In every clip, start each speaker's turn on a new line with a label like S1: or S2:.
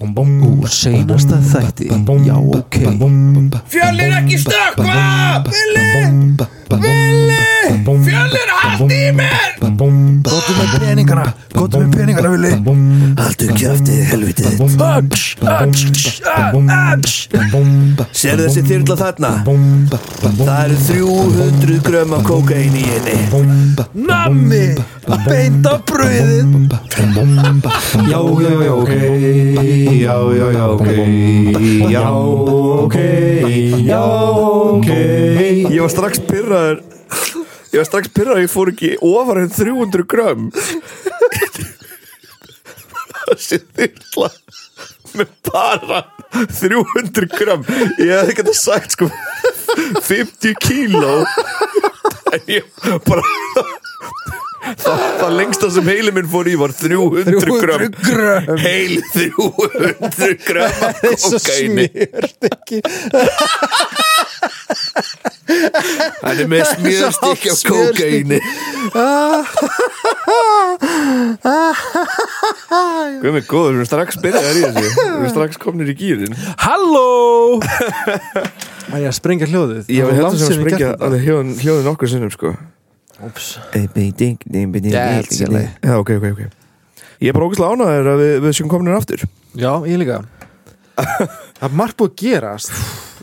S1: Úr seinasta þætti Já, ok
S2: Fjölnir ekki stökkva! Villi! Villi! Fjölnir haldi í mér!
S1: Góttu með peningana Góttu með peningana, Vili
S3: Haldu kjöftið, helvitið þitt. Sérðu þessi þyrla þarna? Það eru 300 grömm af kókain í henni
S1: Nammi Beint af brauðið
S3: Já, já, já, ok Já, já, já, ok Já, ok Já, ok
S4: Ég var strax pyrraður Ég var strax pyrraður, ég fór ekki ofar en 300 grömm Þessi þyrla með bara 300 grömm Ég hefði ekki þetta sagt sko 50 kíló En ég bara Það, það lengsta sem heilin minn fór í var 300,
S1: 300
S4: grömm.
S1: grömm.
S4: Heil 300 grömm af
S1: Þessu
S4: kokaini
S1: smjört ekki
S4: Hann er með smjörstikki af kókaini Guð mig góður, við erum strax byrjaðar í þessu Við erum strax komnir í gýrin
S1: Halló Æ, ég að sprengja hljóðið Það
S4: Ég var
S1: var
S4: heldur
S1: langt
S4: sem að
S1: síðan ég
S4: springja
S1: gert þetta.
S4: alveg hljóðin, hljóðin nokkur sinnum sko
S1: Gætsinni.
S4: Já, ok, ok, ok Ég er bara ógæslega ánæður að við, við sjöngum komnir aftur
S1: Já, ég líka Það er margt búið að gerast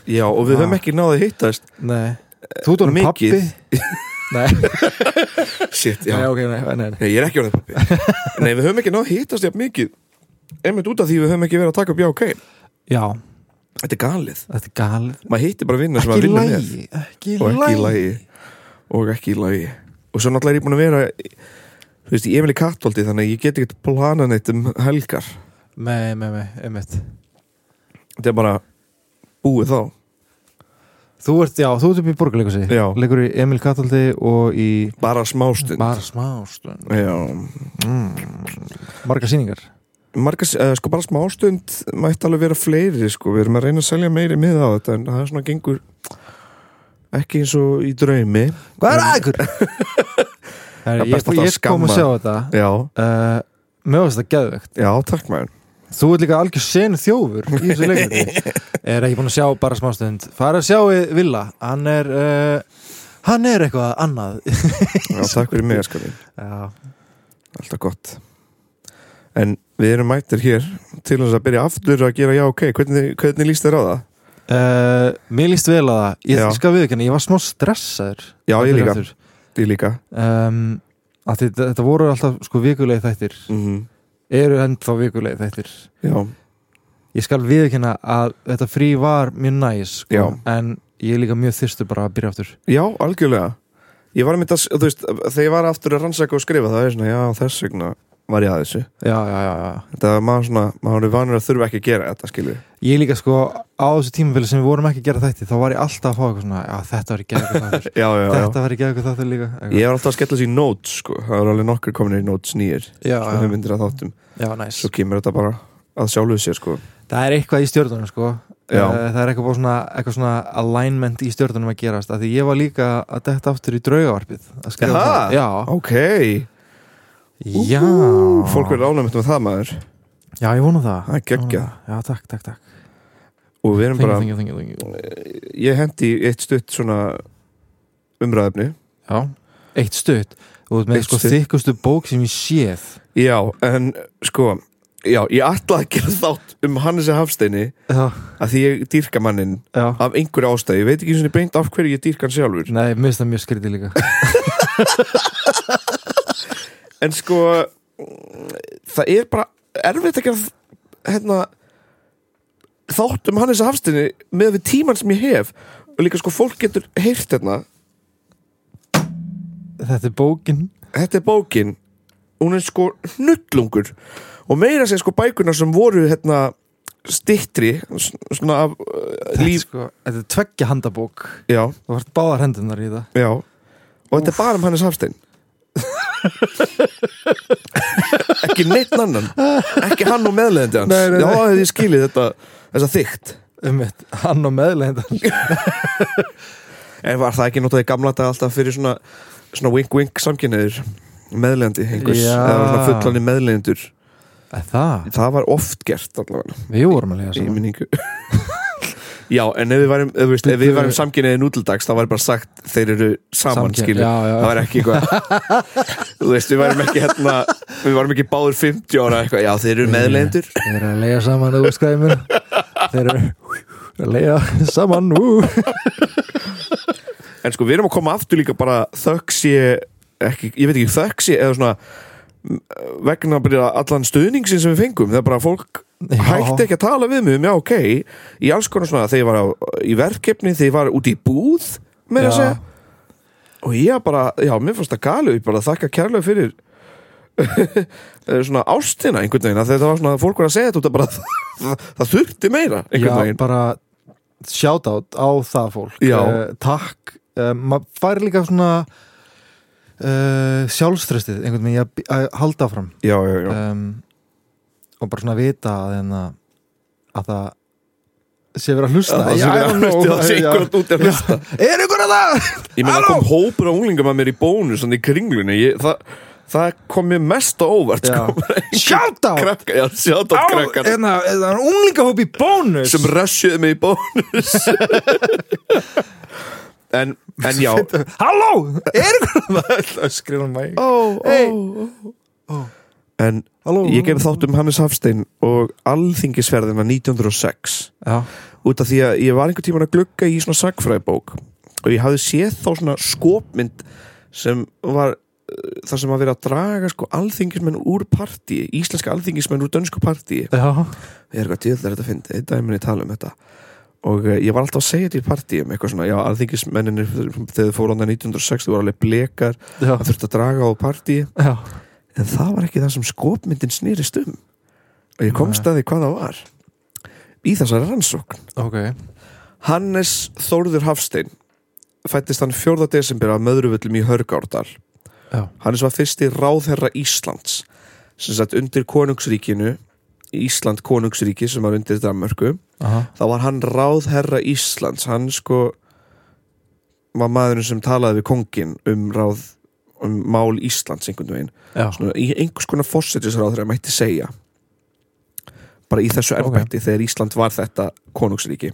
S4: Já, og við höfum ekki náði hittast
S1: Nei Þú ert orðin pappi
S4: Mikið.
S1: Nei,
S4: Shit, já
S1: nei, ok, nei, nei, nei.
S4: Nei, ég er ekki orðið pappi Nei, við höfum ekki náði hittast jafn mikið Einmitt út af því við höfum ekki verið að taka upp já, ok
S1: Já,
S4: Þetta er galið
S1: þetta er galið
S4: Maður hittir bara vinna sem
S1: Ekki í
S4: maður vinna með
S1: lagi Ekki í
S4: og ekki í
S1: lagi
S4: lagi og ekki í lagi og svo náttúrulega er ég búin að vera þú veist, ég er vel í kattvaldi þannig að ég get ekki planað neitt um helgar
S1: Nei, nei, nei, einmitt
S4: þetta er bara búið þá
S1: Þú ert, já, þú ert upp í borgarleikusi
S4: Já.
S1: Leikur í Emil Kataldi og í
S4: bara smástund
S1: bara smástund
S4: Já,
S1: Marga síningar
S4: margas, uh, sko bara smástund mætti alveg vera fleiri sko, við erum að reyna að selja meiri miða á þetta en það er svona gengur ekki eins og í draumi
S1: Hvað er aðeinkur?
S4: Það er
S1: ég
S4: best að
S1: ég kom
S4: skamma.
S1: að sjá þetta
S4: Já,
S1: uh, Mér varst það geðvögt
S4: já, takk maður
S1: Þú ert líka algjör sen þjófur í þessu leikurti Er ekki búin að sjá bara smástund Fara að sjá við Villa Hann er, uh, hann er eitthvað annað
S4: Já, takk fyrir mig, sko mín
S1: Já,
S4: Alltaf gott En við erum mættir hér til þess að byrja aftur að gera já ok Hvernig, hvernig líst þér á það?
S1: uh, Mér líst vel að það Ég
S4: Já.
S1: skal við ekki, ég var smá stressaður
S4: Já, ég líka.
S1: Aftur.
S4: Ég líka
S1: um, að þetta, þetta voru alltaf sko vikulegi þættir
S4: mm
S1: Mhm. eru ennþá vikulegi þættir
S4: Já,
S1: ég skal viðkynna að þetta frí var mjög næs sko,
S4: Já.
S1: en ég er líka mjög þyrstur bara að byrja aftur
S4: já, algjörlega Ég var að mynda, þú veist, þegar ég var aftur að rannsaka og skrifa það er svona, já, þess vegna var ég að þessu
S1: já, já, já, já.
S4: Þetta var maður svona, maður er vanur að þurfa ekki að gera þetta, skilju
S1: ég líka sko á þessu tímaféli sem við vorum ekki að gera þætti þá var ég alltaf að fá eitthvað svona já, þetta var ekki eitthvað þáttur
S4: Já, já, já
S1: þetta var ekki eitthvað þáttur líka
S4: Ég er alltaf að skella þessi í notes, sko Það eru alveg nokkur komin í notes nýjir
S1: já,
S4: Svo
S1: já,
S4: höfmyndir að þáttum
S1: já, næs
S4: sko, Svo kemur þetta bara að sjálfu sér, sko
S1: það er eitthvað í stjórnunum sko
S4: Já.
S1: Eh, það er eitthvað, bara svona, eitthvað svona alignment í stjórnunum að gerast af því ég var líka að detta aftur í draugavarpið að skrifa
S4: Jaha.
S1: það. já,
S4: Ok,
S1: Já
S4: fólk verður ánæmitt með það, maður
S1: Já, ég vona það
S4: Það er geggjað.
S1: Ég vona það. Já, takk, takk, takk
S4: Og við erum
S1: Þengju,
S4: bara
S1: þengju, þengju, þengju
S4: ég hendi í eitt stutt svona umræðefni
S1: Já, eitt stutt Þú ert með
S4: Eitt
S1: sko
S4: stutt.
S1: þykkustu bók sem ég séð
S4: já, en sko já, ég ætlaði að gera þátt um Hannesi Hafsteini
S1: Já,
S4: að því ég dýrka mannin
S1: já
S4: af einhverju ástæði, ég veit ekki svona beint af hverju ég dýrka hann sjálfur,
S1: Nei, mér finnst það mjög skrítið líka
S4: en sko mm, það er bara erfitt að gera hérna þátt um Hannesi Hafsteini með við tíman sem ég hef og líka sko fólk getur heyrt hérna
S1: Þetta er bókin
S4: þetta er bókin hún er sko hnullungur og meira segja sko bækunar sem voru hérna stittri svona af uh,
S1: Þetta, er
S4: líf
S1: sko, þetta er tveggja handabók
S4: já,
S1: Það vart báðar hendunar í það
S4: já og þetta er bara um Hannes Hafstein ekki neitt annan ekki hann og meðleðandi hans
S1: Nei, nei, nei.
S4: já, það hefði ég skilið þetta þessa þygt
S1: Um eitt, hann og meðlegendar
S4: en var það ekki notaði gamla dag alltaf fyrir svona svona wink wink samkynniður meðleðandi einhvers,
S1: Já.
S4: eða svona fullanir meðleðendur
S1: Það,
S4: það var oft gert allavega
S1: við vorum að lega
S4: í
S1: saman
S4: minningu Já, en ef við varum, ef, veist, ef við
S1: Bíddu.
S4: varum samkynniði nútildags þá var bara sagt þeir eru saman
S1: Samkyn-
S4: skilur,
S1: já, já, já.
S4: það var ekki eitthvað þú veist, við varum ekki hérna við varum ekki báður 50 ára eitthvað já, þeir eru meðlendur
S1: Þeir eru að lega saman að úrskæði mér Þeir eru að lega saman ú.
S4: en sko við erum að koma aftur líka bara þökk sé ekki, ég veit ekki þökk sé eða svona m, vegna bara allan stuðningsin sem við fengum það er bara að fólk
S1: Já.
S4: hætti ekki að tala við mig um já ok, í alls konar svona þegar ég var á, í verkefni, þegar ég var úti í búð
S1: Já.
S4: með að segja og ég bara, já mér fannst það galu ég bara þakka kærlega fyrir eh, svona ástina einhvern veginn af því að það var svona fólk var að segja þetta út að bara það, það þurfti meira
S1: Já,
S4: einhvern veginn
S1: bara shoutout á það fólk
S4: Já.
S1: Eh, Takk uh, Maður fær líka svona uh, sjálfströstið einhvern veginn í að, að halda fram
S4: já, já, já,
S1: um, og bara svona vita að, hérna, að það sé verið að hlusta
S4: það
S1: Ég-
S4: sé
S1: I
S4: verið að
S1: don't know.
S4: hlusta, það sé
S1: Já.
S4: einhvern út að
S1: Já.
S4: hlusta.
S1: Er einhver að það?
S4: Ég meina, það
S1: Halló?
S4: kom hópur á unglingum að mér í bónus Þannig í kringlunni ég, það, það kom mér mest á óvart
S1: Já.
S4: sko.
S1: Shoutout
S4: Krakka, já, sjátt á krakkar
S1: Það er unglingahóp í bónus
S4: Sem rössuðu mig í bónus en, en já
S1: Halló, er einhver að það? Skrifa mig
S4: ó,
S1: Hey.
S4: ó, En
S1: Halló.
S4: ég gerði þátt um Hannes Hafstein Og alþingisverðina 1906
S1: Já,
S4: út af því að ég var einhvern tíman að glugga í svona sagfræðibók og ég hafði séð þá svona skopmynd sem var uh, þar sem að vera að draga sko alþingismenn úr partí, íslenska alþingismenn úr dönsku partí
S1: já,
S4: ég er eitthvað djöðlega þetta að finna, einn dag mun ég tala um þetta og eh, ég var alltaf að segja þetta í partíum eitthvað svona, já, alþingismenninir þegar þau fóru ánda 1906, þau voru alveg blekar
S1: já,
S4: það þurfti að draga á partí
S1: já.
S4: en það var ekki það sem skopmyndin snýrist um og ég komst að því hvað það var í þessari rannsókn
S1: Ok,
S4: Hannes Þórður Hafstein fættist hann 4. desember af möðruvöllum í Hörgárdal
S1: Já.
S4: Hannes var fyrsti ráðherra Íslands sem satt undir konungsríkinu Ísland konungsríki sem var undir Danmörku
S1: aha,
S4: þá var hann ráðherra Íslands hann sko var maðurinn sem talaði við kongin um ráð um mál Íslands einhvern veginn
S1: já,
S4: Svona í einhvers konar fórsetisráðherra mætti segja bara í þessu erbætti þegar Ísland var þetta konungsríki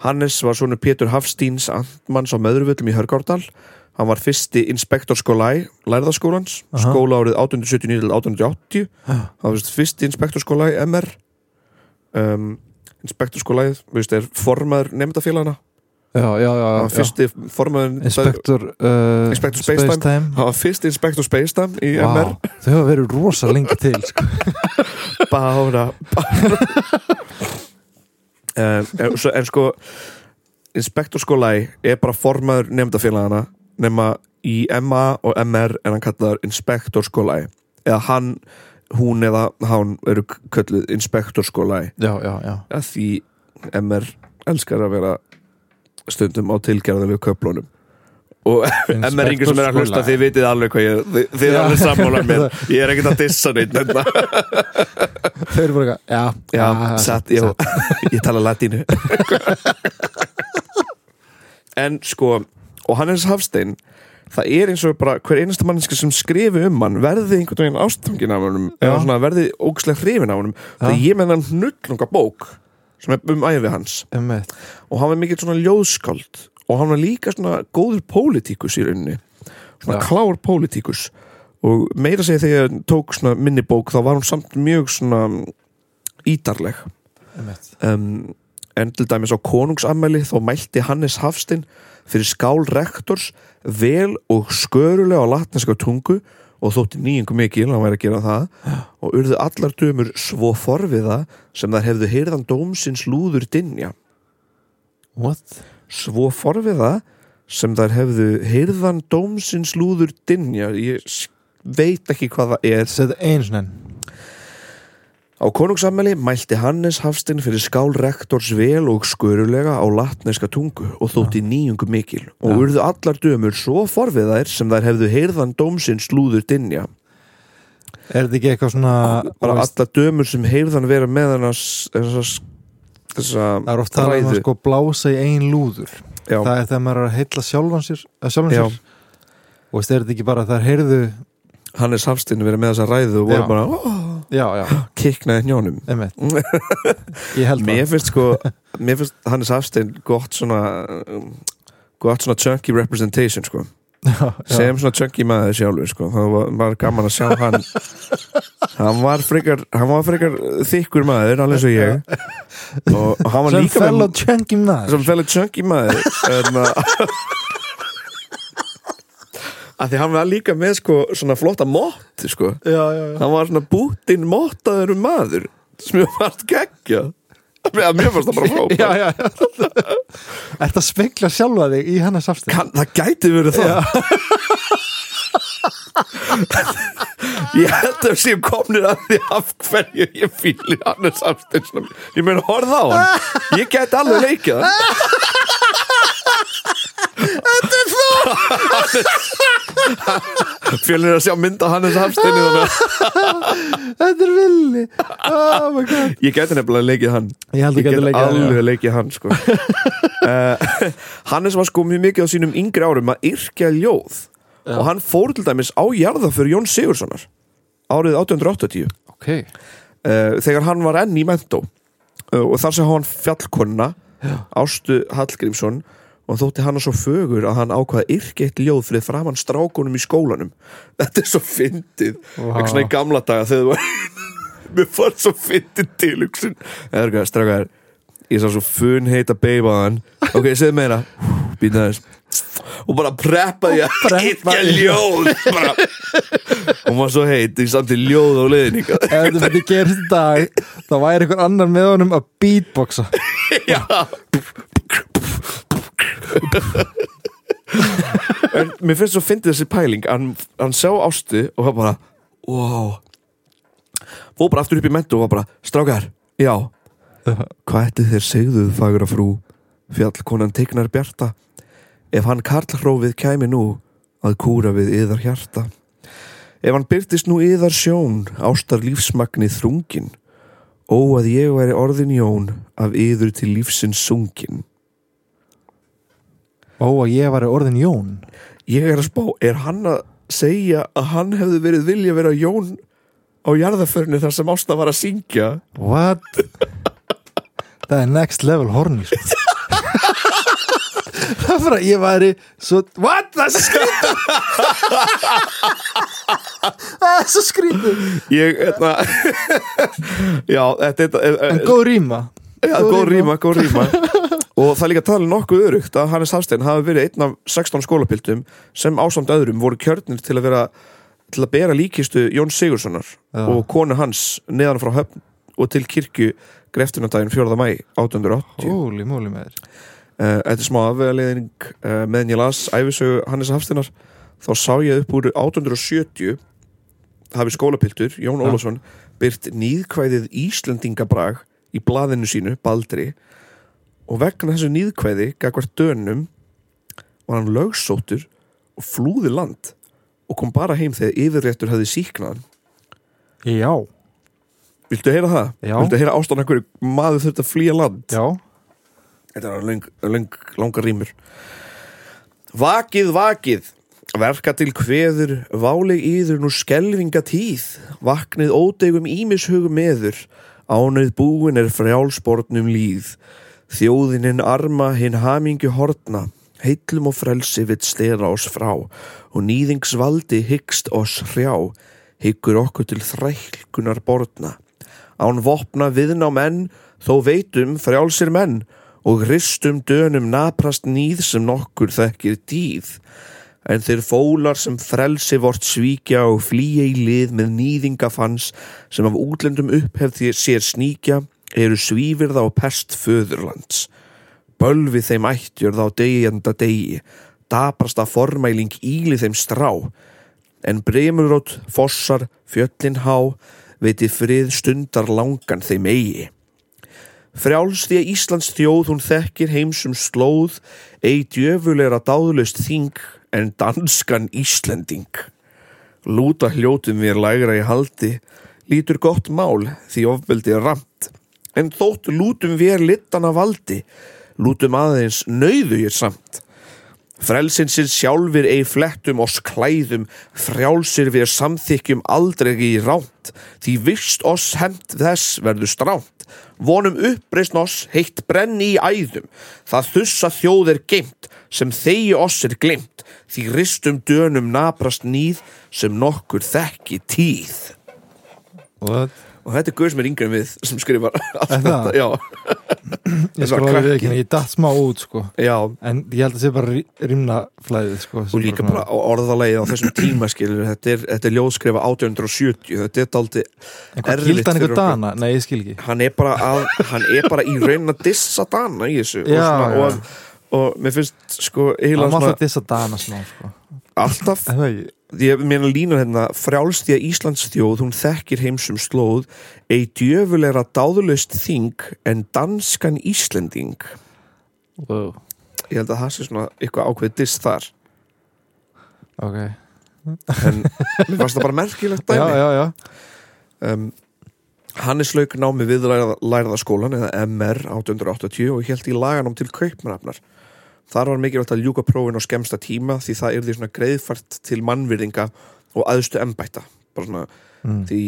S4: Hannes var svona Pétur Hafstíns Antmanns á Möðruvöllum í Hörgárdal hann var fyrsti inspektor skólæ lærðaskólans,
S1: Aha.
S4: skóla árið 1879 til 1880
S1: Já.
S4: hann var fyrsti inspektor sko skólæ MR um, inspektor skólæ er formaður nefndafélagana
S1: já, já, já,
S4: hann var
S1: já.
S4: fyrsti formaður
S1: Inspektor uh,
S4: Inspektor Space Time. hann var fyrsti inspektor Speistam í MR
S1: Vá, Þau hafa verið rosa lengi til sko.
S4: Bára, bára. en, svo- en sko Inspektor Skólæ er bara formaður nefndafélagana nema í MA og MR en hann kallar Inspektor Skólæ eða hann, hún eða hann eru k- kölluð Inspektor Skólæ
S1: Já, já, já
S4: að því MR elskar að vera stundum á tilgerðalegu köflunum og MR ringur sem er að hlusta
S1: Skóla.
S4: þið vitið alveg hvað ég þið, þið er
S1: Já.
S4: alveg sammála mér, ég er ekkert að dissa neitt þetta
S1: Þau eru bara eitthvað, já,
S4: Já, Ah, satt, já, ég tala latínu En sko, og Hannes Hafstein Það er eins og bara hver einasta manneska sem skrifi um hann verði einhvern veginn ástangin af honum
S1: Já.
S4: eða svona verði ógislega hrifin af honum þegar ég menn hann hnullunga bók sem er um æfi hans
S1: Einmitt.
S4: og hann var mikill svona ljóðskáld og hann var líka svona góður pólitíkus í rauninni svona
S1: Já.
S4: klár pólitíkus og meira segja þegar ég tók svona minni bók þá var hún samt mjög svona mm, ítarleg
S1: Einmitt.
S4: um, en til dæmis á konungsammæli þá mælti Hannes Hafstein fyrir skál rektors vel og skörulega á latneska tungu og þótti nýjingu mikil hann væri að gera það og urðu allar dömur svo forviða sem þær hefðu heyrðan dómsins lúður dinja
S1: What?
S4: svo forviða sem þær hefðu heyrðan dómsins lúður dinja ég s- veit ekki hvað það er
S1: Sett eins nenn
S4: Á konungsammæli mælti Hannes Hafstein fyrir skál rektors vel og skörulega á latneska tungu og þótti nýjungu mikil og urðu allar dömur svo forviðær sem þær hefðu heyrðan dómsinn slúður dinja.
S1: Er þetta ekki eitthvað svona
S4: Bara
S1: þú veist,
S4: allar dömur sem heyrðan vera með hann þessa
S1: Það er oft talað um að sko blása í ein lúður
S4: Já,
S1: Það er þegar maður er að heilla sjálfan sér, að sjálfan
S4: Já.
S1: sér. og veist, er þetta ekki bara að þær heyrðu
S4: Hannes Hafstein verið með þessa ræðu og voru
S1: Já.
S4: bara "Ó,
S1: já, já,
S4: kiknaði hnjónum
S1: einmitt ég held
S4: Mér
S1: það
S4: finnst sko Mér finnst Hannes Hafstein gott svona um, gott svona chunky representation sko sem svona chunky maður sjálfur sko þá var, var gaman að sjá hann hann var frekar hann var frekar þykkur maður alveg svo ég og hann var
S1: sem
S4: líka með-
S1: fellow chunky maður
S4: sem fellow chunky maður hérna. en að að því hann var líka með sko svona flotta mott sko
S1: já, já, já,
S4: hann var svona bútinn mottaður um maður sem ég varst geggja að mér fannst það bara frábært
S1: já, já, já. Ertu að spegla sjálfa þig í hennar safstil
S4: Kann, það gæti verið það Ég held að séu komnir að því af hverju ég fíli Hannes Hafstein svona. Ég meina horfða á hann Ég gæti alveg leikið hann Þetta er þú Fjölin er að sjá mynda Hannes Hafstein þannig að
S1: þetta er villi oh my god
S4: Ég gæti nefnilega leikið hann
S1: Ég held þú gætir leikið hann,
S4: hann
S1: já.
S4: Alveg leikið hann sko uh, Hannes var sko mjög mikið á sínum yngri árum að yrkja ljóð og hann fór til dæmis á jarða fyrir Jón Sigurssonar árið 1880 uh,
S1: ok,
S4: Eh, þegar hann var enn í mentó uh, og þar sem hann fjallkonna Ástu Hallgrímsson og þótti hann svo fögur að hann ákvaða yrkja eitt ljóð fyrir framann strákunum í skólanum Þetta er svo fyndið wow.
S1: Vá.
S4: ekki svona í gamla daga þegar þú var mér fannst svo fyndið Eh, til hugsun eða eitthvað, strafgar ég sá svo fun heita beibaðan ok, segðu meira, býta þess og bara preppaði ég að
S1: preppa
S4: hitka
S1: í-
S4: ljóð bara. og maður svo heit ég samt í ljóð á leiðin
S1: ef þetta myndi gerist í dag þá væri einhver annar með honum að beatboxa
S4: en mér finnst svo fyndið þessi pæling hann, hann sá ástu og var bara wow fór bara aftur upp í mentu og var bara strákar, já hvað ætti þér segðuð fagra frú fjallkonan tegnar bjarta ef hann karlhrófið kæmi nú að kúra við yðar hjarta ef hann byrtist nú yðar sjón ástar lífsmagni þrungin ó að ég væri orðin jón af yður til lífsins sungin
S1: ó að ég var orðin Jón
S4: Ég er að spá, er hann að segja að hann hefði verið vilja vera Jón á jarðaförni þar sem Ásta var að syngja
S1: what það er next level horny sko. það er bara ég væri svo what það er svo skrítið það er svo skrítið
S4: Ég, þetta Já, þetta er eh,
S1: en góð rýma
S4: Já, góð rýma, góð rýma Og það er líka talið nokkuð örugt að Hannes Hafstein hafi verið einn af 16 skólapildum sem ásamt öðrum voru kjörnir til að vera til að bera líkistu Jón Sigurssonar og konu hans neðan frá höfn og til kirkju greftunandaginn 4. mæ 1880
S1: húli múli með þér
S4: Eh, Þetta er smá afvegaleðing uh, meðan ég las æfisögu Hannes Hafsteinar þá sá ég upp úr 870 hafi skólapiltur Jón Ólafsson byrt nýðkvæðið Íslendingabrag í blaðinu sínu, Baldri og vegna þessu nýðkvæði gagvart dönum var hann lögsóttur og flúði land og kom bara heim þegar yfirréttur hefði síknað hann
S1: já,
S4: Viltu heyra það?
S1: Já.
S4: Viltu heyra ástæðan af hverju maður þurfti að flýja land?
S1: já,
S4: Þetta er löng, löng, langar rýmur Vakið, vakið Verka til kveður Váleg íður nú skelvinga tíð Vaknið ódegum ímishugum meður Ánauð búin er frjálsbornum líð Þjóðin hinn arma hinn hamingu hortna Heitlum og frelsi vill stera oss frá Og nýðingsvaldi hyggst oss hrjá Hyggur okkur til þrælkunar borna Án vopna viðná menn, þó veitum frjálsir menn og hristum dönum naprast nýð sem nokkur þekkir dýð. En þeir fólar sem frelsi vort svíkja og flýja í lið með nýðingafanns sem af útlendum upphefði sér sníkja eru svífirða og pest föðurlands. Bölvi þeim ættjör þá degjanda degi, daprasta formæling íli þeim strá. En bremurótt, fossar, fjöllin há, veiti frið stundar langan þeim eigi. Frjáls því að Íslands þjóð hún þekkir heimsum slóð, eigi djöfulegra dáðlust þing en danskan Íslending. Lúta hljótum við lægra í haldi, lítur gott mál því ofbeldi er ramt. En þótt lútum við littan af valdi, lútum aðeins nöyðu ég samt. Frelsinsins sjálfir ei flettum oss klæðum, frjálsir við samþykkjum aldrei í ránt, því vist oss hemmt þess verður stránt. Vonum uppreist oss heitt brenni í æðum, það þussa þjóð er geimt, sem þegi oss er glimt, því ristum dönum naprast nýð, sem nokkur þekki tíð.
S1: What?
S4: Og þetta er Guð sem er yngri en við sem skrifar allt
S1: Er það?
S4: þetta, já,
S1: Ég
S4: var
S1: skal alveg
S4: krakki.
S1: við ekki, ég datt smá út sko
S4: já.
S1: En ég held að það sé bara rýmnaflæðið sko
S4: og líka bara á orðalagið á þessum tíma skilur, þetta er, þetta er ljóðskrifa 1870 þetta er daldi
S1: En hvað gildi hann ykkur dana? Nei, ég skil ekki
S4: hann er bara, að, hann er bara í raunin að dissa dana í þessu
S1: Já,
S4: og,
S1: já.
S4: og, og mér finnst sko
S1: Hann
S4: heila
S1: var
S4: svona,
S1: alltaf dissa dana smá sko
S4: alltaf
S1: Er það ekki?
S4: ég meina línu hérna frjálst því að Íslands þjóð hún þekkir heimsum slóð ei djöfulegra dáðulust þing en danskan Íslending
S1: Wow.
S4: ég held að það sé svona eitthvað ákveð diss þar
S1: Ok
S4: en mér fannst það bara merkilegt
S1: Já,
S4: dæmi
S1: já, já
S4: um, Hannes lauk námi við læraðaskólan eða MR 880 og held í laganum til kaupmannafnar Þar var mikilvægt að ljúka prófin á skemmsta tíma því það er því svona greiðfært til mannvirðinga og aðstu embætta bara svona
S1: Mm.
S4: því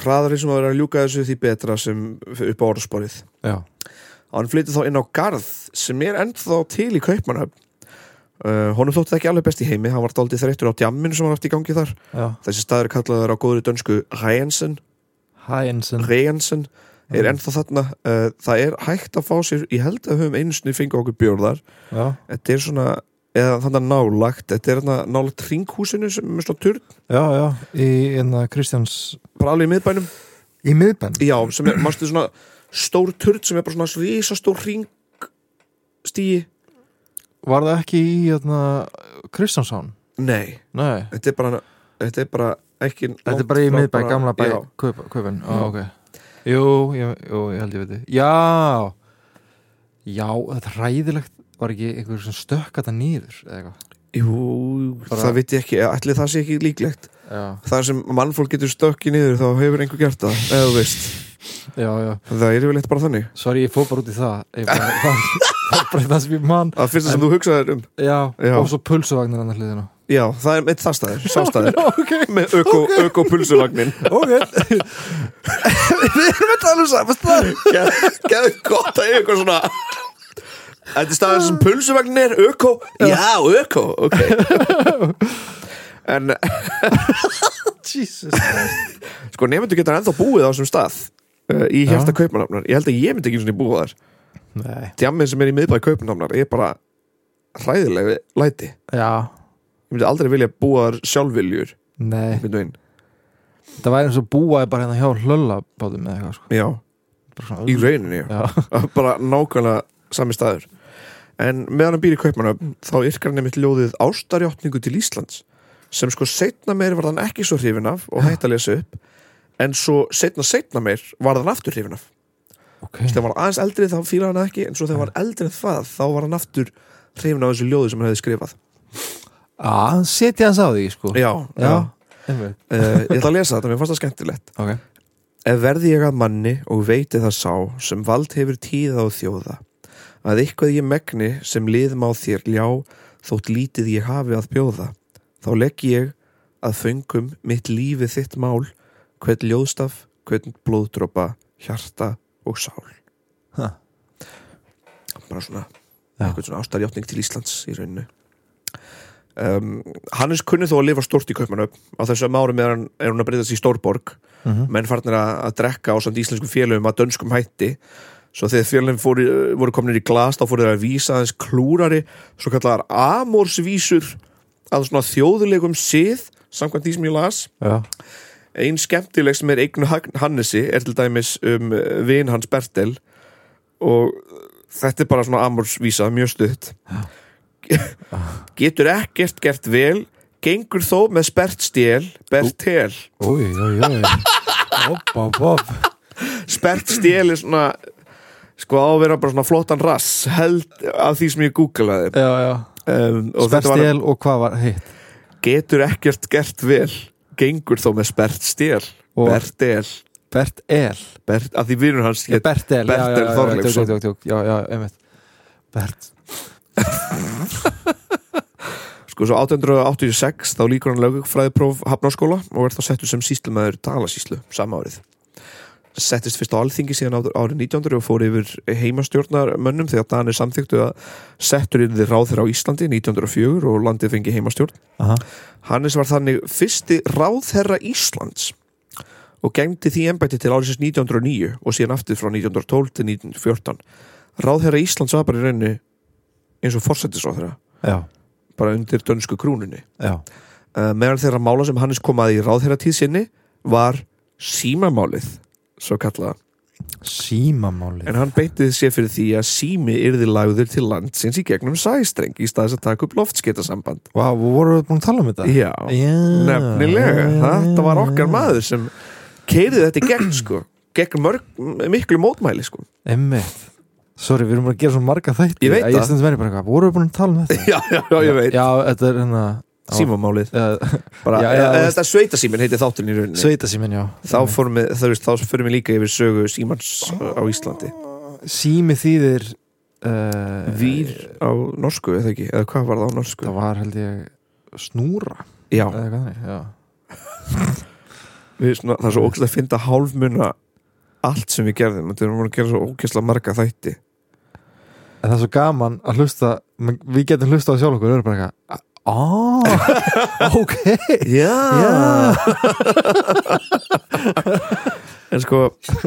S4: hraðari sem að vera að ljúka þessu því betra sem upp á orðsporið
S1: Já,
S4: og hann flytti þá inn á Garð sem er ennþá til í Kaupmannhöfn uh, honum þótti það ekki alveg best í heimi hann var daldið þreyttur á djamminu sem hann átti í gangi þar
S1: já
S4: þessi staður kallaður á góðri dönsku Hænsen
S1: Hænsen
S4: Reyensen
S1: Mm.
S4: er ennþá þarna uh, það er hægt að fá sér, ég held að við höfum einu sinni fengið okkur bjórðar
S1: Já,
S4: þetta er svona, eða þannig nálagt þetta er þarna nálagt ringhúsinu sem er með svona turn,
S1: já, já Í enna Kristjáns
S4: bara alveg í miðbænum
S1: Í miðbæn
S4: já, sem er, mástu svona stór turn sem er bara svona risastór ring stíi,
S1: Var það ekki í enna Kristjánshán?
S4: nei
S1: Nei
S4: þetta er bara, þetta er bara ekki
S1: Þetta er
S4: langt
S1: bara í
S4: frá
S1: miðbæ,
S4: bara-
S1: gamla bæ,
S4: já,
S1: kaup, kaupin Ó, ok Jú, ég, jú, ég held ég veit þið Já Já, þetta er ræðilegt Var ekki einhver sem stökk þetta nýður eða eitthvað
S4: jú,
S1: Bara-
S4: það veit ég ekki, ætli það sé ekki líklegt
S1: Já,
S4: þar sem mannfólk getur stökki niður þá hefur einhver gert það, eða þú veist
S1: já, já
S4: það er yfirleitt bara þannig
S1: Sorry, ég fór bara út í það Ég bara, það, það er bara það sem ég man
S4: Það fyrsta sem þú hugsaðir um
S1: já,
S4: Já.
S1: og svo pulsuvagnar annar hliðina
S4: Já, það er með það staðir, sástaðir
S1: ok,
S4: Með öko, okay. öko pulsuvagnin
S1: ok
S4: Við erum að tala um saman stað Gæðu gott að eiga eitthvað svona Þetta er staðir sem pulsuvagnin er Öko, já, öko Ok En
S1: Jesus
S4: sko nefndu getur ennþá búið á þessum stað uh, Í hérta kaupanafnar Ég held að ég myndi ekki svona búið þar
S1: Nei,
S4: Djammið sem er í miðbæði kaupanafnar er bara Hræðilegi læti Ég
S1: já,
S4: myndi aldrei vilja búa þar sjálfviljur
S1: nei
S4: Myndu inn,
S1: Það væri eins og búaði bara hérna hjá hlöllabátum eða eitthvað sko
S4: já,
S1: Bara svona-
S4: í rauninni
S1: Já,
S4: bara nákvæmlega sami staður en meðan hann býr í Kaupmannöfn þá yrkar hann einmitt ljóðið ástarjáttningu til Íslands sem sko setna meir var hann ekki svo hrifin af og hætti að lesa upp en svo setna setna meir var hann aftur hrifin af
S1: ok
S4: þegar hann var aðeins eldri þá fílaði hann það ekki en svo þegar hann var eldri en það þá var hann aftur hrifin af þessu ljóði sem hann hefði skrifað
S1: Að setja hans á því sko
S4: já, já.
S1: einmitt
S4: Uh, ég ætla að lesa þetta, mér fannst það skemmtilegt
S1: Ok,
S4: Ef verði ég að manni og veiti það sá sem vald hefur tíða og þjóða að eitthvað ég megni sem liðum á þér ljá þótt lítið ég hafi að bjóða þá legg ég að föngum mitt lífi þitt mál hvern ljóðstaf, hvern blóðdropa hjarta og sál
S1: Ha.
S4: Bara svona
S1: Já.
S4: eitthvað svona ástarjátning til Íslands í rauninu um, Hannes kunni þó að lifa stort í kaupmanöf á þessum árum er hann, er hann að breyðast í Stórborg
S1: Mhm.
S4: menn farnir að, að drekka á samt íslenskum félögum að dönskum hætti svo þegar félögum fóru, voru komnir í glas þá fóru þeir að vísa aðeins klúrari svo kallar amorsvísur að svona þjóðulegum sið samkvæmt því sem ég las
S1: já,
S4: ein skemmtileg sem er eignu Hag- Hannesi er til dæmis um eh, vin hans Bertel og þetta er bara svona amorsvísa, mjög stutt getur ekkert gert vel gengur þó með spert stél Bertel
S1: úi, úi, úi Opp, opp, opp
S4: Spert stél er svona sko á að vera bara svona flottan rass held af því sem ég googlaði
S1: Já, já
S4: um, og
S1: Sperrt
S4: þetta var
S1: stél og hvað var hitt
S4: getur ekkert gert vel gengur þó með spert stél
S1: Og-
S4: Bertel
S1: Bert El
S4: Bert, að því vinur hans
S1: Ég
S4: hét
S1: Bertel já,
S4: Bertel
S1: já, já,
S4: Þorleifsson.
S1: tjók, tjók, tjók, tjók, Já, já, einmitt Bert
S4: Sko svo 1886 þá líkur hann lögfræðipróf Hafnarskóla og er þá settur sem síslumæður Dalasíslu sama árið. Settist fyrst á alþingi síðan á- árið 1900 og fór yfir heimastjórnarmönnum þegar Danir samþyktu að settur inn þið ráð á Íslandi 1904 og landið fengi heimastjórn.
S1: Aha.
S4: Hannes var þannig fyrsti ráðherra Íslands og gengdi því embætti til áriðsins 1909 og síðan aftur frá 1912 til 1914. Ráðherra Íslands var bara í rauninu eins og forsættisráðherra,
S1: já,
S4: bara undir dönsku krúnunni.
S1: já
S4: Uh, meðan þeirra mála sem Hannes komaði í ráðherra tíð sinni var símamálið, svo kallaða.
S1: símamáli
S4: En hann beittið sér fyrir því að sími yrði lagður til landsins í gegnum sæstreng í staðis að taka upp loftskeitasamband.
S1: Vá, voru við búin að tala um þetta?
S4: Já.
S1: já
S4: Nefnilega,
S1: já, já,
S4: þetta var okkar
S1: já.
S4: maður sem keirði þetta í gegn sko gegn mörg, miklu mótmæli sko
S1: Einmitt Sorry, við erum bara að gera svo marga þætti
S4: Ég veit
S1: að
S4: það.
S1: Ég stendst með bara eitthvað, voru við búin að tala um þetta?
S4: Já, já, já, ég veit
S1: Já, þetta er hérna
S4: Símamálið
S1: uh,
S4: bara,
S1: Já,
S4: já,
S1: já, þú veist-
S4: Þetta sveitasímin heiti þátturinn í rauninni
S1: Sveitasímin, já
S4: Þá fórum við, þú veist, þá fyrir við líka yfir sögu símans á Íslandi
S1: Sími þýðir uh,
S4: Vír á norsku, eða ekki, eða hvað var það á norsku
S1: Það var held ég snúra
S4: Já,
S1: eða eitthvað þannig, já
S4: við, svona, það er svo ógæslega að finna hálfmuna allt sem við gerðum, þetta erum við að gera svo ógæslega marga þætti
S1: En það er svo gaman að hlusta man- Við getum hlusta á sjálf okkur, við erum bara eitthvað Ah, ok
S4: Já,
S1: Já.
S4: En sko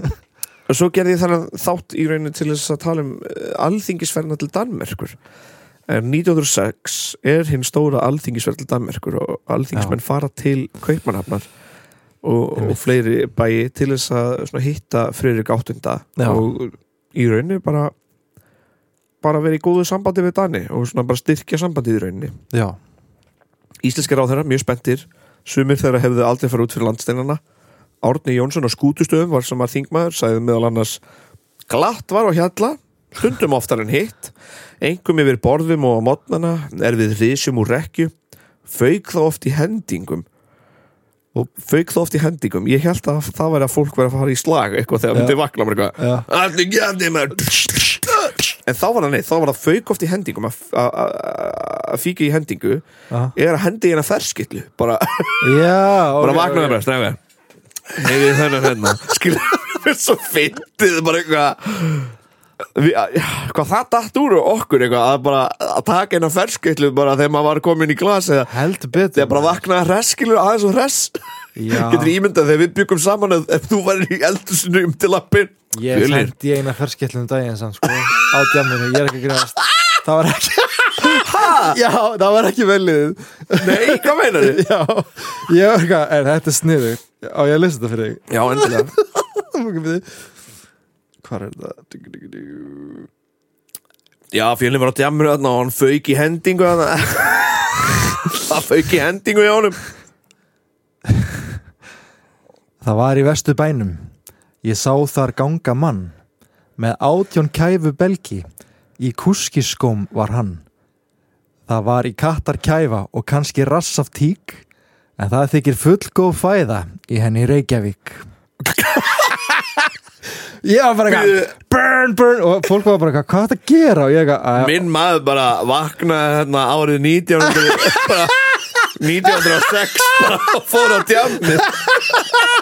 S4: Og svo gerði ég þannig þátt í rauninu til þess að tala um eh, alþingisferðina til Danmerkur En 1906 er hinn stóra alþingisferð til Danmerkur og alþingismenn fara til Kaupmannhafnar og, og fleiri bæi til þess að svona, hitta Friðrik áttunda
S1: Já.
S4: og í rauninu bara bara vera í góðu sambandi við Dani og svona bara styrkja sambandið í rauninni
S1: Já,
S4: Íslenskir á þeirra mjög spenntir Sumir þeirra hefðu aldrei farið út fyrir landsteinana Árni Jónsson á skútustöðum var sem var þingmaður sagði meðal annars Glatt var á hjalla, stundum oftar en hitt Engum yfir borðum og á modnana Er við risjum úr rekju Fauk þá oft í hendingum og fauk þá oft í hendingum ég held að það væri að fólk væri að fara í slag eitthvað þegar myndi vakna mér
S1: Já.
S4: eitthvað allir gæði mér en þá var það neitt, þá var það fauk oft í hendingum að- að að- að fíka í hendingu
S1: Aha.
S4: er að hendi hérna ferskillu bara,
S1: já
S4: bara
S1: ok,
S4: vakna hérna.
S1: ok.
S4: þeim rest nefnir hefur þennan hérna skilur það er svo fyndið bara eitthvað Við, að- hvað það datt úr okkur eitthvað að bara að taka hérna ferskillu bara þegar maður var komin í glas eða
S1: Heldur betur
S4: þegar bara vaknaði hress skilur aðeins og hress
S1: Já.
S4: getur ímyndað þegar við byggum saman ef, ef þú væri í eldusinu um til appin
S1: Ég sendi í eina ferskellum daginn samt sko á djamminu, ég er ekki að greiðast Það var ekki Já, það var ekki velið
S4: nei, hvað meinar þið?
S1: Já, ég var ekki að, en þetta er sniðu Á ég að lesa þetta fyrir
S4: já, endilega
S1: þig Hvar er þetta? Ding, ding, ding.
S4: Já, fjölinn var á djamur þarna og hann fauk í hendingu þarna Það fauk í hendingu hjá honum
S1: Það var í vestu bænum Ég sá þar ganga mann Með átjón kæfu belgi Í kuskiskóm var hann Það var í kattar kæfa Og kannski rass af tík En það þykir fullgóð fæða Í henni Reykjavík Ég var bara
S4: Bíðu.
S1: eitthvað Burn, burn Og fólk var bara eitthvað Hvað er þetta að gera? Og ég eitthvað "Æ,
S4: Minn maður bara vaknaði þarna árið 1900 bara 1906 bara og fór á djamni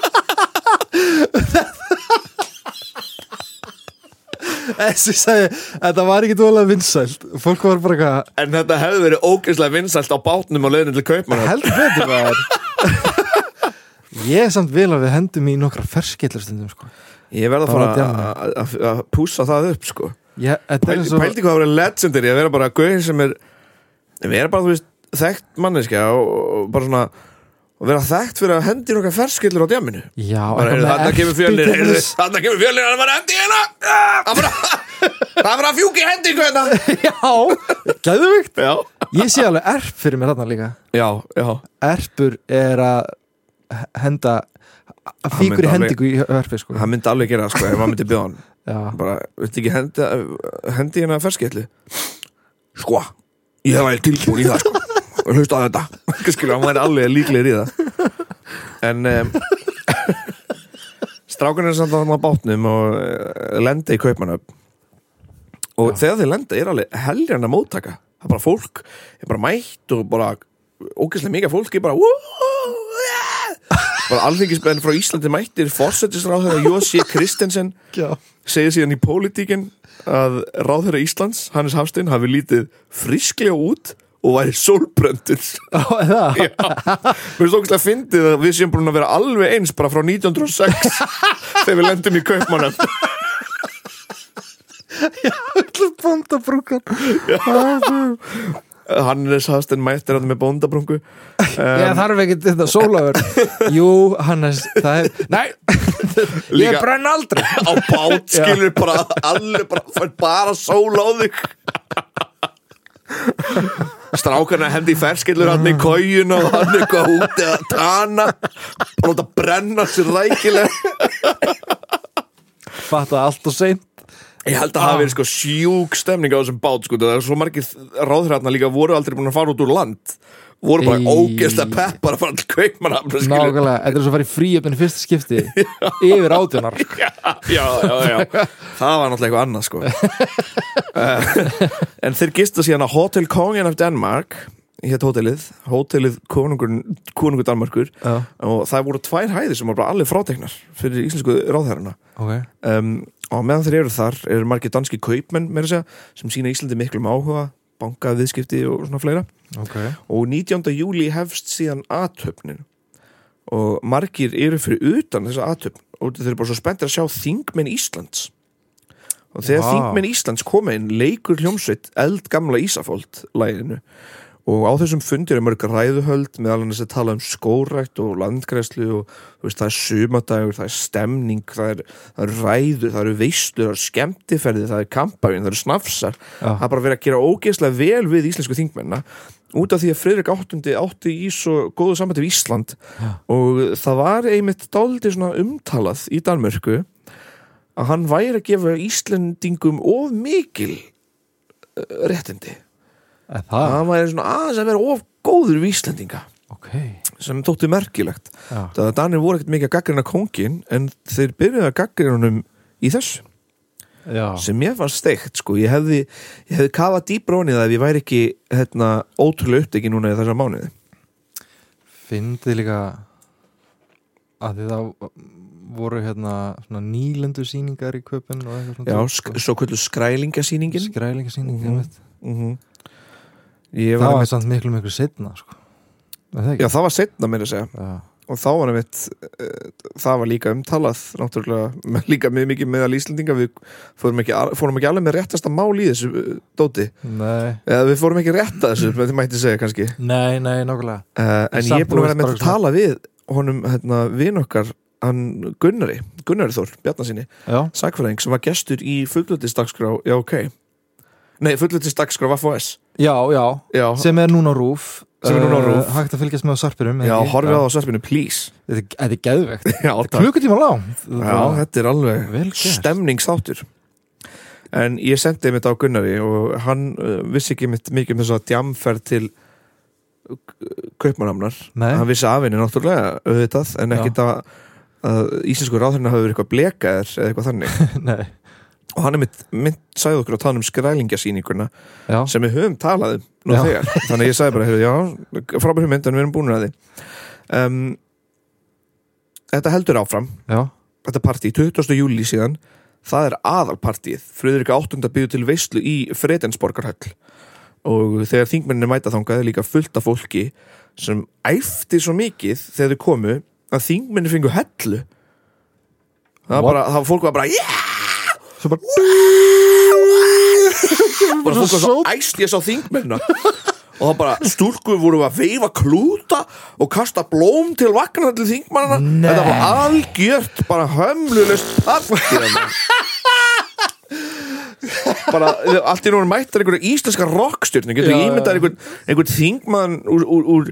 S1: Þessi sagði Þetta var ekki dólega vinsælt Fólk var bara eitthvað
S4: En þetta hefði verið ógeðslega vinsælt á bátnum á leiðinu til kaupmanna
S1: heldur betur það er ég er samt vil að við hendum í nokkra ferskillur stundum sko
S4: Ég verða
S1: Bara
S4: að
S1: á
S4: fara
S1: djamminu.
S4: að- að- að pússa það upp sko
S1: ég, þetta er
S4: Pældi
S1: eins og
S4: pældi hvað að vera legendary að vera bara gauðin sem er vera bara, þú veist, þekkt manneskja og, og bara svona og vera þekkt fyrir að hendi nokkar ferskillur á djaminu
S1: já,
S4: bara, heyrðu, þarna kemur fjölnir heyrðu,
S1: eftirteknis-
S4: þarna kemur fjölnir, hann var að hendi hérna Ah, hann var að- hann var að fjúki hendi hérna
S1: já, gæðuvíkt
S4: já,
S1: ég sé alveg erp fyrir mér þarna líka
S4: já, já
S1: erpur er að henda að fíkur í
S4: myndi
S1: hendingu í erpi sko
S4: hann myndi alveg gera það, sko, ef hann myndi bjóða hann
S1: já,
S4: bara, veitu ekki, hendi, hendi hérna ferskillu sko, ég hef alveg tilbúin í það sko og hlusta á þetta skilur, hann væri alveg líklegir í það en um, strákunir er samt að hann á bátnum og eh, uh, lenda í kaupmanöf og þegar þeir lenda er alveg heljarna móttaka það er bara fólk, er bara mætt og bara ógeðslega mikið af fólki bara "Woo!" bara alþingismenn frá Íslandi mættir fórsetisráðherra Jósi Kristensen
S1: Já.
S4: segir síðan í pólitíkin að ráðherra Íslands, Hannes Hafstein hafi lítið frisklega út og væri sólbrendur
S1: Það,
S4: Já. Mér finnst ógæslega fyndið að við séum búin að vera alveg eins bara frá 1906 þegar við lendum í kaupmannum
S1: bóndabrúkan
S4: Hannes Hafstein mættir hann með bóndabrungu Um.
S1: Ég þarf ekki þetta sólafur Jú, Hannes, það er Nei, ég
S4: Líka-
S1: brenn aldrei
S4: á bát skilur bara allir bara, fær bara sól á þig strákarna hendi í ferskillur hann í kójun og hann eitthvað úti að tana og láta brenna sér rækilega
S1: Fatta allt og seint
S4: ég held að hafi verið sko sjúk stemning á þessum bát sko, það er svo margir ráðhræðna líka voru aldrei búin að fara út úr land voru bara
S1: Í-
S4: ógeðslega peppar að fara til kveikmannafn skilur
S1: Nákvæmlega, þetta er svo að fara í fríöfnir fyrsta skipti Yfir átjónar
S4: já, já, já, já Það var náttúrulega eitthvað annað sko Eh, En þeir gista síðan að Hotel Kongen af Danmark Hétt hótelið, hótelið konungur, konungur Danmarkur
S1: Já.
S4: Og það voru tvær hæðir sem var bara allir fráteknar Fyrir íslensku ráðherruna
S1: okay.
S4: um, Og meðan þeir eru þar eru margir danski kaupmenn meira að segja, Sem sína Íslandi miklum áhuga Bankað viðskipti og svona fleira
S1: Okay.
S4: og 19. júli hefst síðan aðtöfnin og margir eru fyrir utan þessa aðtöfn og þeir eru bara svo spenntir að sjá þingmenn Íslands og þegar
S1: Vá.
S4: þingmenn Íslands koma inn leikur hljómsveit eldgamla Ísafóld læginu og á þessum fundir er mörg ræðuhöld meðal annars að tala um skórækt og landgræslu og þú veist, það er sumadagur, það er stemning það er, það er ræður, það eru veislur það eru skemmtiferði, það er kampavinn, það eru snafsar
S1: Já.
S4: það er bara verið að gera ógeðslega vel við íslensku þingmennina út af því að Friðrik áttundi átti í svo góðu sambandi við Ísland og það var einmitt dálítið svona umtalað í Danmörku að hann væri að gefa Íslendingum of mikil eh, réttindi að
S1: Það,
S4: hann væri svona aðeins að vera of góður við Íslendinga
S1: ok
S4: sem þótti merkilegt
S1: Já.
S4: það að Danir voru ekkert mikið að gaggrina kóngin en þeir byrjuðu að gaggrina honum í þessu
S1: Já,
S4: sem ég fannst steikt sko ég hefði, ég hefði kafað dýbra honið ef ég væri ekki hérna, ótrúlega upptekið núna í þessa mánuði
S1: fyndið líka að þið þá voru hérna svona nýlendu sýningar í köpun og eitthvað svona sko.
S4: Já, sk svo kvöldu skrælingasýningin
S1: skrælingasýning
S4: Mhm.
S1: mm
S4: mm
S1: það
S4: Ég var
S1: var
S4: einmitt
S1: samt miklu miklu setna sko. Er það
S4: Já,
S1: ekki?
S4: það var setna mér að segja
S1: Já.
S4: og þá var einmitt uh, það var líka umtalað náttúrulega með- líka mjög mikið meðal Íslendinga við fórum ekki, fórum ekki alveg með réttasta mál í þessu eh, dóti
S1: Nei.
S4: eða við fórum ekki rétt að þessu með þið mætti segja kannski
S1: nei, nei, nákvæmlega
S4: uh, en
S1: Samt
S4: ég er búin að vera með
S1: bara
S4: að tala við honum hérna, vin okkar hann Gunnari, Gunnari Þór, Bjarnasinni
S1: Já,
S4: sagfræðing sem var gestur í fullutistagskrá já ok nei, fullutistagskrá var FOS
S1: já, já.
S4: já,
S1: sem er núna á rúf
S4: Sem er núna á
S1: Eh,
S4: RÚV.
S1: Hægt að fylgjast með á sarpirum
S4: já horfið á það á sarpinu, please
S1: Þetta er- þetta er geðvegt
S4: já, takk.
S1: Klukkutíma lang
S4: já, þetta er alveg
S1: Vel gert
S4: stemningsþáttur en ég sendi mitt á Gunnari og hann uh, vissi ekki mitt mikið um þess að djamferð til kaupmanamnar
S1: Nei.
S4: hann vissi af henni náttúrulega auðvitað en ekkit að, að íslensku ráðurinn hafi verið eitthvað blekaðir eða eitthvað þannig
S1: Nei.
S4: og hann er mitt, mitt sagði okkur á tannum skrælingasýninguna
S1: Já.
S4: sem við höfum talað um nú
S1: Já.
S4: þegar þannig að ég sagði bara, heyrðu, já, frábær hugmynd en við erum búin að því um, Þetta heldur áfram
S1: já,
S4: þetta partí 20. júli síðan það er aðalpartíið Friðrika 8. býður til veislu í Fredensborgarhöll og þegar þingmenninni mæta þangað er líka fullt af fólki sem æfti svo mikið þegar þau komu að þingmenni fengu hellu það var
S1: What?
S4: bara, það var fólk var bara yeah!
S1: Svo bara-
S4: bara fólk var svo æst ég sá þingmennina og það bara stúrkur voru að veifa klúta og kasta blóm til vakna til þingmannana
S1: Nei.
S4: þetta var algjört bara hömlulust partí bara allt í núna mættar einhverja íslenska rockstjörn getur
S1: Já,
S4: já,
S1: já.
S4: ímyndað einhvern, einhvern þingmann úr, úr, úr,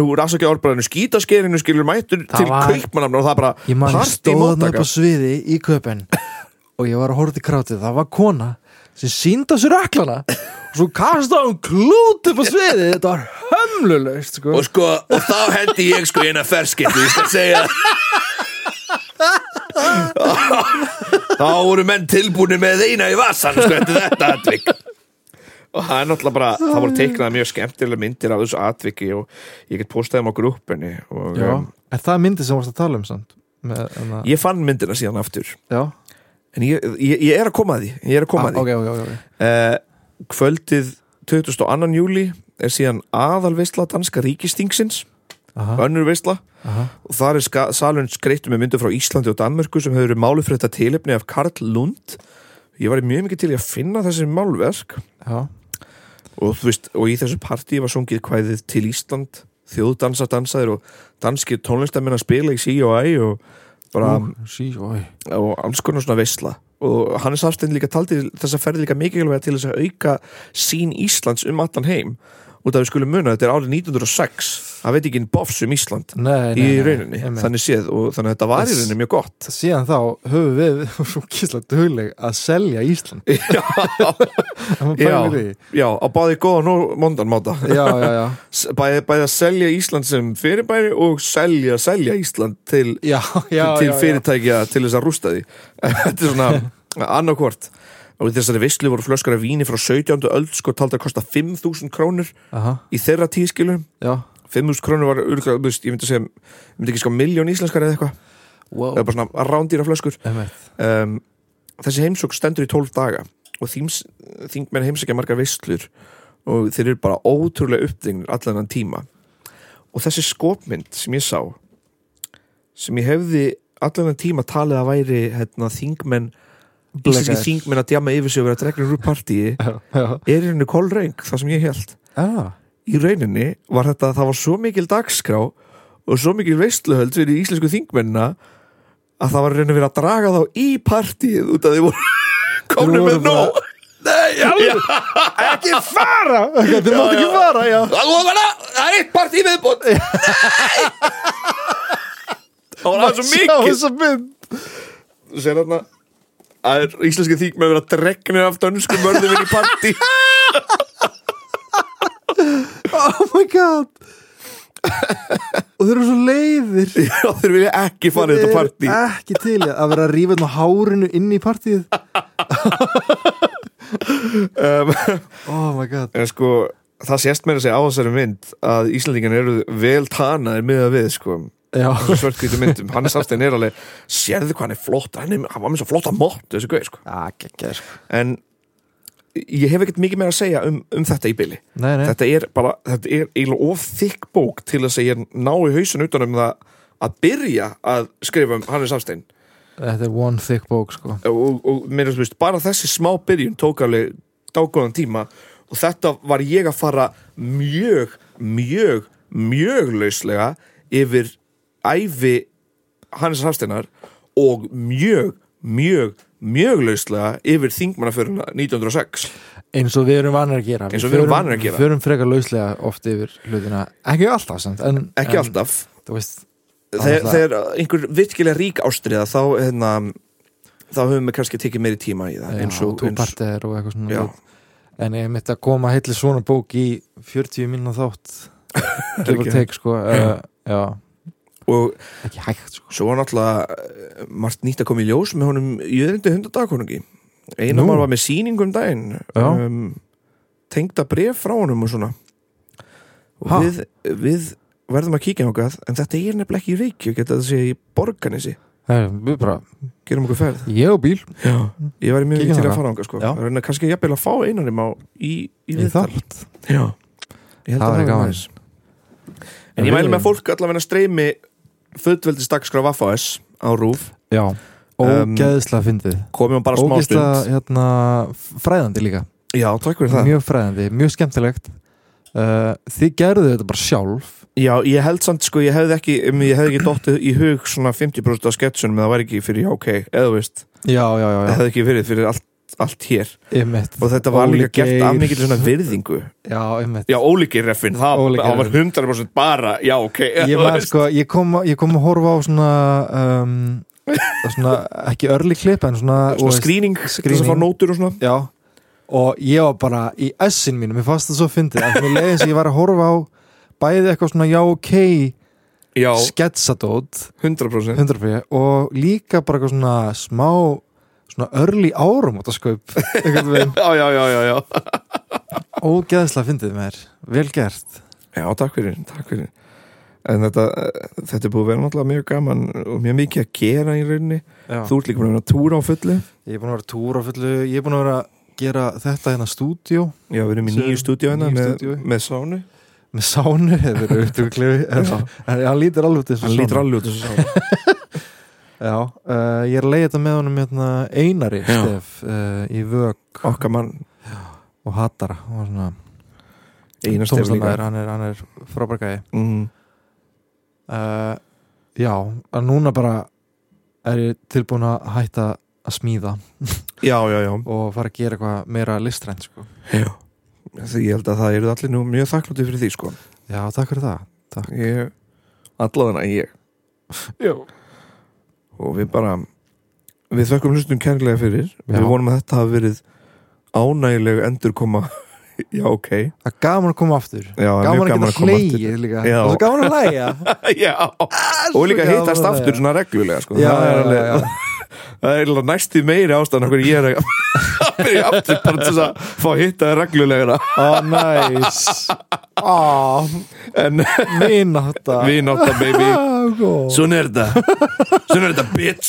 S4: úr afsakja orðbæðinu skítaskerinu skilur mættur til
S1: var-
S4: kaupmannafna og það bara
S1: Ég man ég
S4: partí
S1: stóð hann upp
S4: móttaka
S1: á sviði í köpen og ég var að horfa til krátið það var kona sem síndi á sér öklana og svo kastaði hún klút upp á sviði þetta var hömlulegst sko.
S4: og sko, og þá hendi ég sko eina ferskipti, ég skal segja þá voru menn tilbúni með eina í vasan, sko, eftir þetta atvik og það er náttúrulega bara, það voru teiknað mjög skemmtilega myndir af þessu atviki og ég get postaði um á grúppunni og
S1: Já.
S4: um,
S1: En það er myndi sem varst að tala um samt með, en að,
S4: ég fann myndina síðan aftur
S1: Já, Ah,
S4: en ég, ég, ég er að koma að því ég er að koma að því
S1: ok, ok, ok, ok
S4: Eh, kvöldið 22. júli er síðan aðalveisla danska ríkistingsins
S1: Aha,
S4: önnur veisla
S1: aha,
S4: og þar er ska- salurinn skreittu með myndu frá Íslandi og Danmörku sem hefur verið málu fyrir þetta tilefni af Karl Lund ég var mjög mikið til í að finna þessi málverk
S1: já,
S4: og, þú veist, og í þessu partí var sungið kvæðið til Ísland þjóðdansa dansaðir og danski tónlistamenn að spila í sí og æ og, bara,
S1: Ú, sí, oi.
S4: og alls konar svona veisla og Hannes Hafstein líka taldi þessa ferði líka mikilvæg til þess að auka sín Íslands um allan heim út að við skulum muna þetta er árið 1906 það veit ekki einn bofs um Ísland
S1: Nei, nei,
S4: í
S1: nei,
S4: rauninni,
S1: einmitt.
S4: þannig séð og þannig að þetta var í
S1: Þess-
S4: rauninni mjög gott
S1: Síðan þá höfum við svo kísla dugleg að selja Ísland Ef maður
S4: já,
S1: pælir í því.
S4: já, á báði góðan og mondan máta
S1: já, já, já,
S4: bæði, bæði að selja Ísland sem fyrirbæri og selja, selja Ísland til,
S1: já, já, já,
S4: til
S1: já.
S4: fyrirtækja til þess að rústa því þetta er svona annarkvort og í þessari visslu voru flöskar af víni frá 17. öld sko taldi að kosta 5.000 krónur
S1: Aha,
S4: í þeirra tískilu
S1: já
S4: 5.000 krónur var örgulega, þú veist, ég myndi að segja ég myndi ekki sko miljón íslenskar eða eitthvað
S1: wow.
S4: það er bara svona rándýra flöskur
S1: Einmitt.
S4: um, þessi heimsók stendur í 12 daga og þýms, þingmenn heimsækja margar veislur og þeir eru bara ótrúlega uppdregnir allan þann tíma og þessi skopmynd sem ég sá sem ég hefði allan þann tíma talið að væri hérna, þingmenn íslenski
S1: Blekaðir.
S4: þingmenn að djama yfir sig og vera dregnir úr partíi
S1: Já, já,
S4: er í rauninni kolreng það sem ég held
S1: já,
S4: í rauninni var þetta að það var svo mikil dagskrá og svo mikil veistluhöld fyrir íslensku þingmennina að það var rauninni verið að draga þá í partíð út að þið voru komnum
S1: voru
S4: með nóg Nei, já, ekki fara
S1: Þetta mátt ekki fara, já
S4: Það var bara, það er eitt partí viðbútt Nei Það var aðeins svo
S1: Sjá
S4: mikil
S1: þessa mynd
S4: Þú segir þarna að íslenski þingmenn verið að dregnir af dönsku mörðum inn í partí
S1: Oh my god Og þeir eru svo leiðir
S4: Já, þeir vilja ekki fara í
S1: Þeir
S4: þetta
S1: eru
S4: partí
S1: Ekki til í að vera að rífa ná hárinu inn í partíð
S4: um,
S1: Oh my god
S4: en sko það sést mér að segja á þessari mynd að Íslandingan eru vel tanaðir með að við sko
S1: Já,
S4: svörtkvítu myndum, Hannes Hafstein er alveg sérðu hvað hann er flott, hann, er, hann var með svo flotta mótt þessi gauð sko,
S1: ekki, ekki
S4: en ég hef ekkert mikið meira að segja um, um þetta í byli
S1: Nei, nei,
S4: þetta er bara, þetta er eiginlega of þykk bók til þess að ég nái hausin utan um það að byrja að skrifa um Hannes Hafstein
S1: þetta er one thick bók sko
S4: og, og mér finnst bara þessi smá byrjun tók alveg dágóðan tíma og þetta var ég að fara mjög, mjög, mjög lauslega yfir æfi Hannes Hafsteinar og mjög, mjög, mjög lauslega yfir þingmannaföruna 1906
S1: Eins og við erum vanir að gera
S4: Eins og við erum
S1: förum-
S4: vanir að gera.
S1: Við förum frekar lauslega oft yfir hlutina Ekki alltaf samt en,
S4: ekki
S1: en,
S4: alltaf
S1: Þú veist
S4: þegar,
S1: alltaf.
S4: þegar einhver virkilega rík ástriða þá, hérna, þá höfum við kannski tekið meiri tíma í það
S1: Já,
S4: eins og,
S1: Two
S4: eins,
S1: Parter og eitthvað svona
S4: já,
S1: lit. En ég mitt að koma heitli svona bók í 40 mínúna þátt Give or
S4: ekki.
S1: take sko uh, Já,
S4: og
S1: ekki hægt sko
S4: Svo var náttúrulega eh, margt nýtt að koma í ljós með honum jöðrindi hundadagkonungi
S1: Nú.
S4: Einamar var með sýningu um daginn um,
S1: Já.
S4: tengda bref frá honum og svona og
S1: Ha?
S4: við, við verðum að kíkja nokkað en þetta er nefnilega ekki í reykju geta það sé í borganessi
S1: Það er við bara
S4: gerum okkur ferð
S1: Ég og bíl
S4: Já. ég væri mjög
S1: Kíkjum
S4: mikið til að
S1: þangað.
S4: fara ánga sko.
S1: Já.
S4: Að reyna kannski jafnvel að fá einanum á í, í
S1: Í
S4: viðtal
S1: þátt
S4: Já. ég held
S1: Það
S4: að
S1: væri
S4: væri
S1: gaman.
S4: næs. en ég mæli með að fólk allavega streymi földveldisdagskraf AFS á RÚF
S1: Já,
S4: Um,
S1: ógeðsla fyndið
S4: komið um bara smá
S1: Ógeðsla
S4: stund
S1: hérna, fræðandi líka
S4: Já, takk fyrir það.
S1: Mjög fræðandi, mjög skemmtilegt uh, Þið gerðu þetta bara sjálf
S4: Já, ég held samt, sko, ég hefði ekki, um, ég hefði ekki dottið í hug svona 50% af sketsunum eða það væri ekki fyrir, já, ok, eða þú veist,
S1: Já, já, já,
S4: það
S1: já,
S4: hefði ekki verið fyrir allt, allt hér.
S1: einmitt
S4: Og þetta var
S1: Óli
S4: líka gert af
S1: Geir.
S4: mikil svona virðingu.
S1: Já, einmitt
S4: Já, ólíkir reffin, það,
S1: Óli Geir
S4: það var 100% bara, já, ok, eða
S1: Ég
S4: þú
S1: var
S4: veist.
S1: sko, ég kom, ég kom að horfa á svona um, svona, ekki örli klipp en svona,
S4: Svona
S1: og-
S4: sko, skrýning, til þess
S1: skrýning.
S4: að fá nótur og svona.
S1: Já, og ég var bara í essin mínum, ég fannst það svo fyndið en mér leiðis að ég var að horfa á bæði eitthvað svona já, ok,
S4: Já,
S1: sketsadót
S4: 100%.
S1: 100% og líka bara eitthvað svona smá svona örli árum á þetta sköp
S4: Já, já, já, já, já.
S1: Ógeðslega fyndið með þér, vel gert
S4: Já, takk fyrir, takk fyrir En þetta, þetta er búið að vera náttúrulega mjög gaman og mjög mikið að gera í rauninni
S1: Já.
S4: Þú ert líka búin að vera að túra á fullu
S1: Ég er búin að vera túr á fullu Ég er búin að vera að gera þetta hérna stúdíó
S4: Já, við erum í
S1: Sem-
S4: nýju stúdíu hérna
S1: nýju
S4: með,
S1: stúdíói.
S4: með sánu
S1: með sánu eða upptökuklefi en, en hann lítir alveg út eins og
S4: Hann
S1: sána.
S4: lítur alveg út þessu sánu
S1: Já, uh, ég er að leiða þetta með honum hérna, Einari
S4: Já.
S1: stef, uh, í vök
S4: Okkar mann,
S1: og hatara og svona
S4: einar stefn líka
S1: tónlistamæður, hann er, hann er frábærgæði
S4: mm,
S1: uh, Já, en núna bara er ég tilbúin að hætta að smíða
S4: Já, já, já
S1: og fara að gera eitthvað meira listrænt sko.
S4: Því Ég held að það eru allir nú mjög þakklúti fyrir því sko
S1: Já, takk fyrir það
S4: ég, Allavega ég
S1: Já,
S4: og við bara við þökkum hlustum kærlega fyrir
S1: Já.
S4: Við vonum að þetta hafi verið ánægileg endurkoma Já, ok
S1: Það er gaman að koma aftur
S4: Já,
S1: Gaman að
S4: mjög
S1: geta hlegið líka
S4: Já.
S1: Og svo gaman að hlæja
S4: Já, og líka
S1: gaman
S4: hittast
S1: að
S4: aftur
S1: hlæja.
S4: svona reglulega sko.
S1: Já, já,
S4: það er alveg
S1: já, já.
S4: það er eiginlega næstu meiri ástæðan okkur ég er að að byrja aftur bara til þess að fá að hitta þér reglulega
S1: Ó, næs Ó,
S4: en
S1: mín átta
S4: við náttan baby
S1: Svo
S4: svona er þetta svona er þetta bitch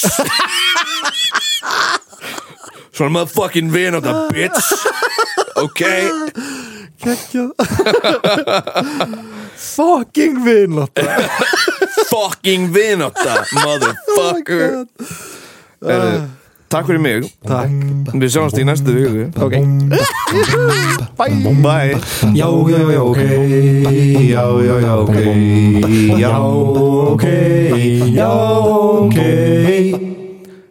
S4: svona maður fucking við náttan bitch ok
S1: geggjað Fucking mín átta
S4: fucking við náttan motherfucker Herðu, takk fyrir mig
S1: Takk
S4: við sjáumst í næstu viku
S1: Ok
S4: bye
S1: Já, já, já, ok
S4: já, já, já, ok Já, ok Já, ok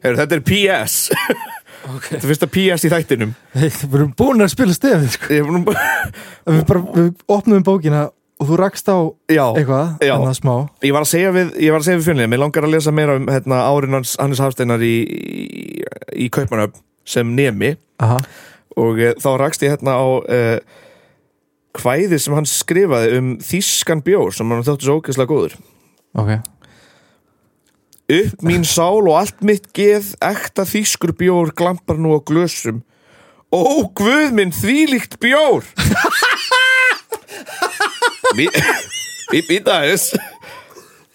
S4: Heru, Þetta er PS Þetta er fyrsta PS í þættinum
S1: Við erum búin að spila stefið sko.
S4: Ég er nú bara-
S1: Við bara, við opnum bókina Og þú rakst á
S4: Já,
S1: eitthvað
S4: já.
S1: En það smá
S4: Ég var að segja við, ég var að segja við fjölnið Mér langar að lesa meira um hérna, árin hans Hannes Hafsteinar í, í, í Kaupmanöf sem nemi
S1: Aha.
S4: og e, þá rakst ég hérna á e, kvæði sem hann skrifaði um þýskan bjór sem hann þótti svo ógeðslega góður
S1: Ok
S4: Upp mín sál og allt mitt geð, ekta þýskur bjór, glampar nú á glösum. Ó, guð minn, þvílíkt bjór! Við býta þess.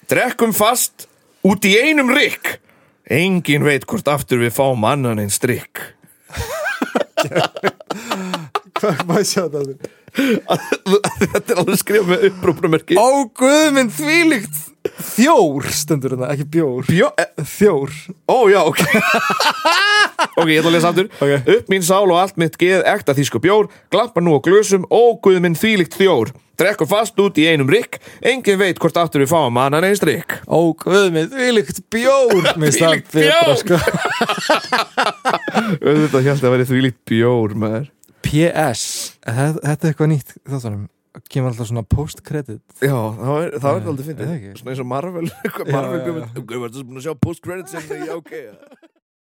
S4: Drekkum fast út í einum rykk. Engin veit hvort aftur við fáum annan einn strikk.
S1: Hvað má ég sjá þetta?
S4: Þetta er alveg skrifað með upprópunumerki.
S1: Ó, guð minn þvílíkt Þjór stendur þetta, ekki bjór
S4: Bjó, eh,
S1: Þjór
S4: Ó, já, ok Ok, ég ætla að lesa aftur
S1: Ok.
S4: Upp mín sál og allt mitt geð ekta þýsku bjór Glampa nú á glösum, ó guð minn þvílíkt þjór Drekkum fast út í einum rykk Engin veit hvort aftur við fáum annan einn strikk
S1: Ó, guð minn, þvílíkt bjór Mér finnst það
S4: Þvílíkt
S1: betra,
S4: bjór.
S1: sko
S4: Auðvitað held að verið þvílíkt bjór maður
S1: PS, þetta þetta er eitthvað nýtt Þáttanum, kemur alltaf svona post-credit
S4: Já, það er, það er
S1: eða
S4: aldrei
S1: ekki.
S4: fyndið Svona eins og Marvel, eitthvað
S1: Já,
S4: Marvel
S1: já, já.
S4: Guð, varstu búin að sjá post-credits en það, já, ok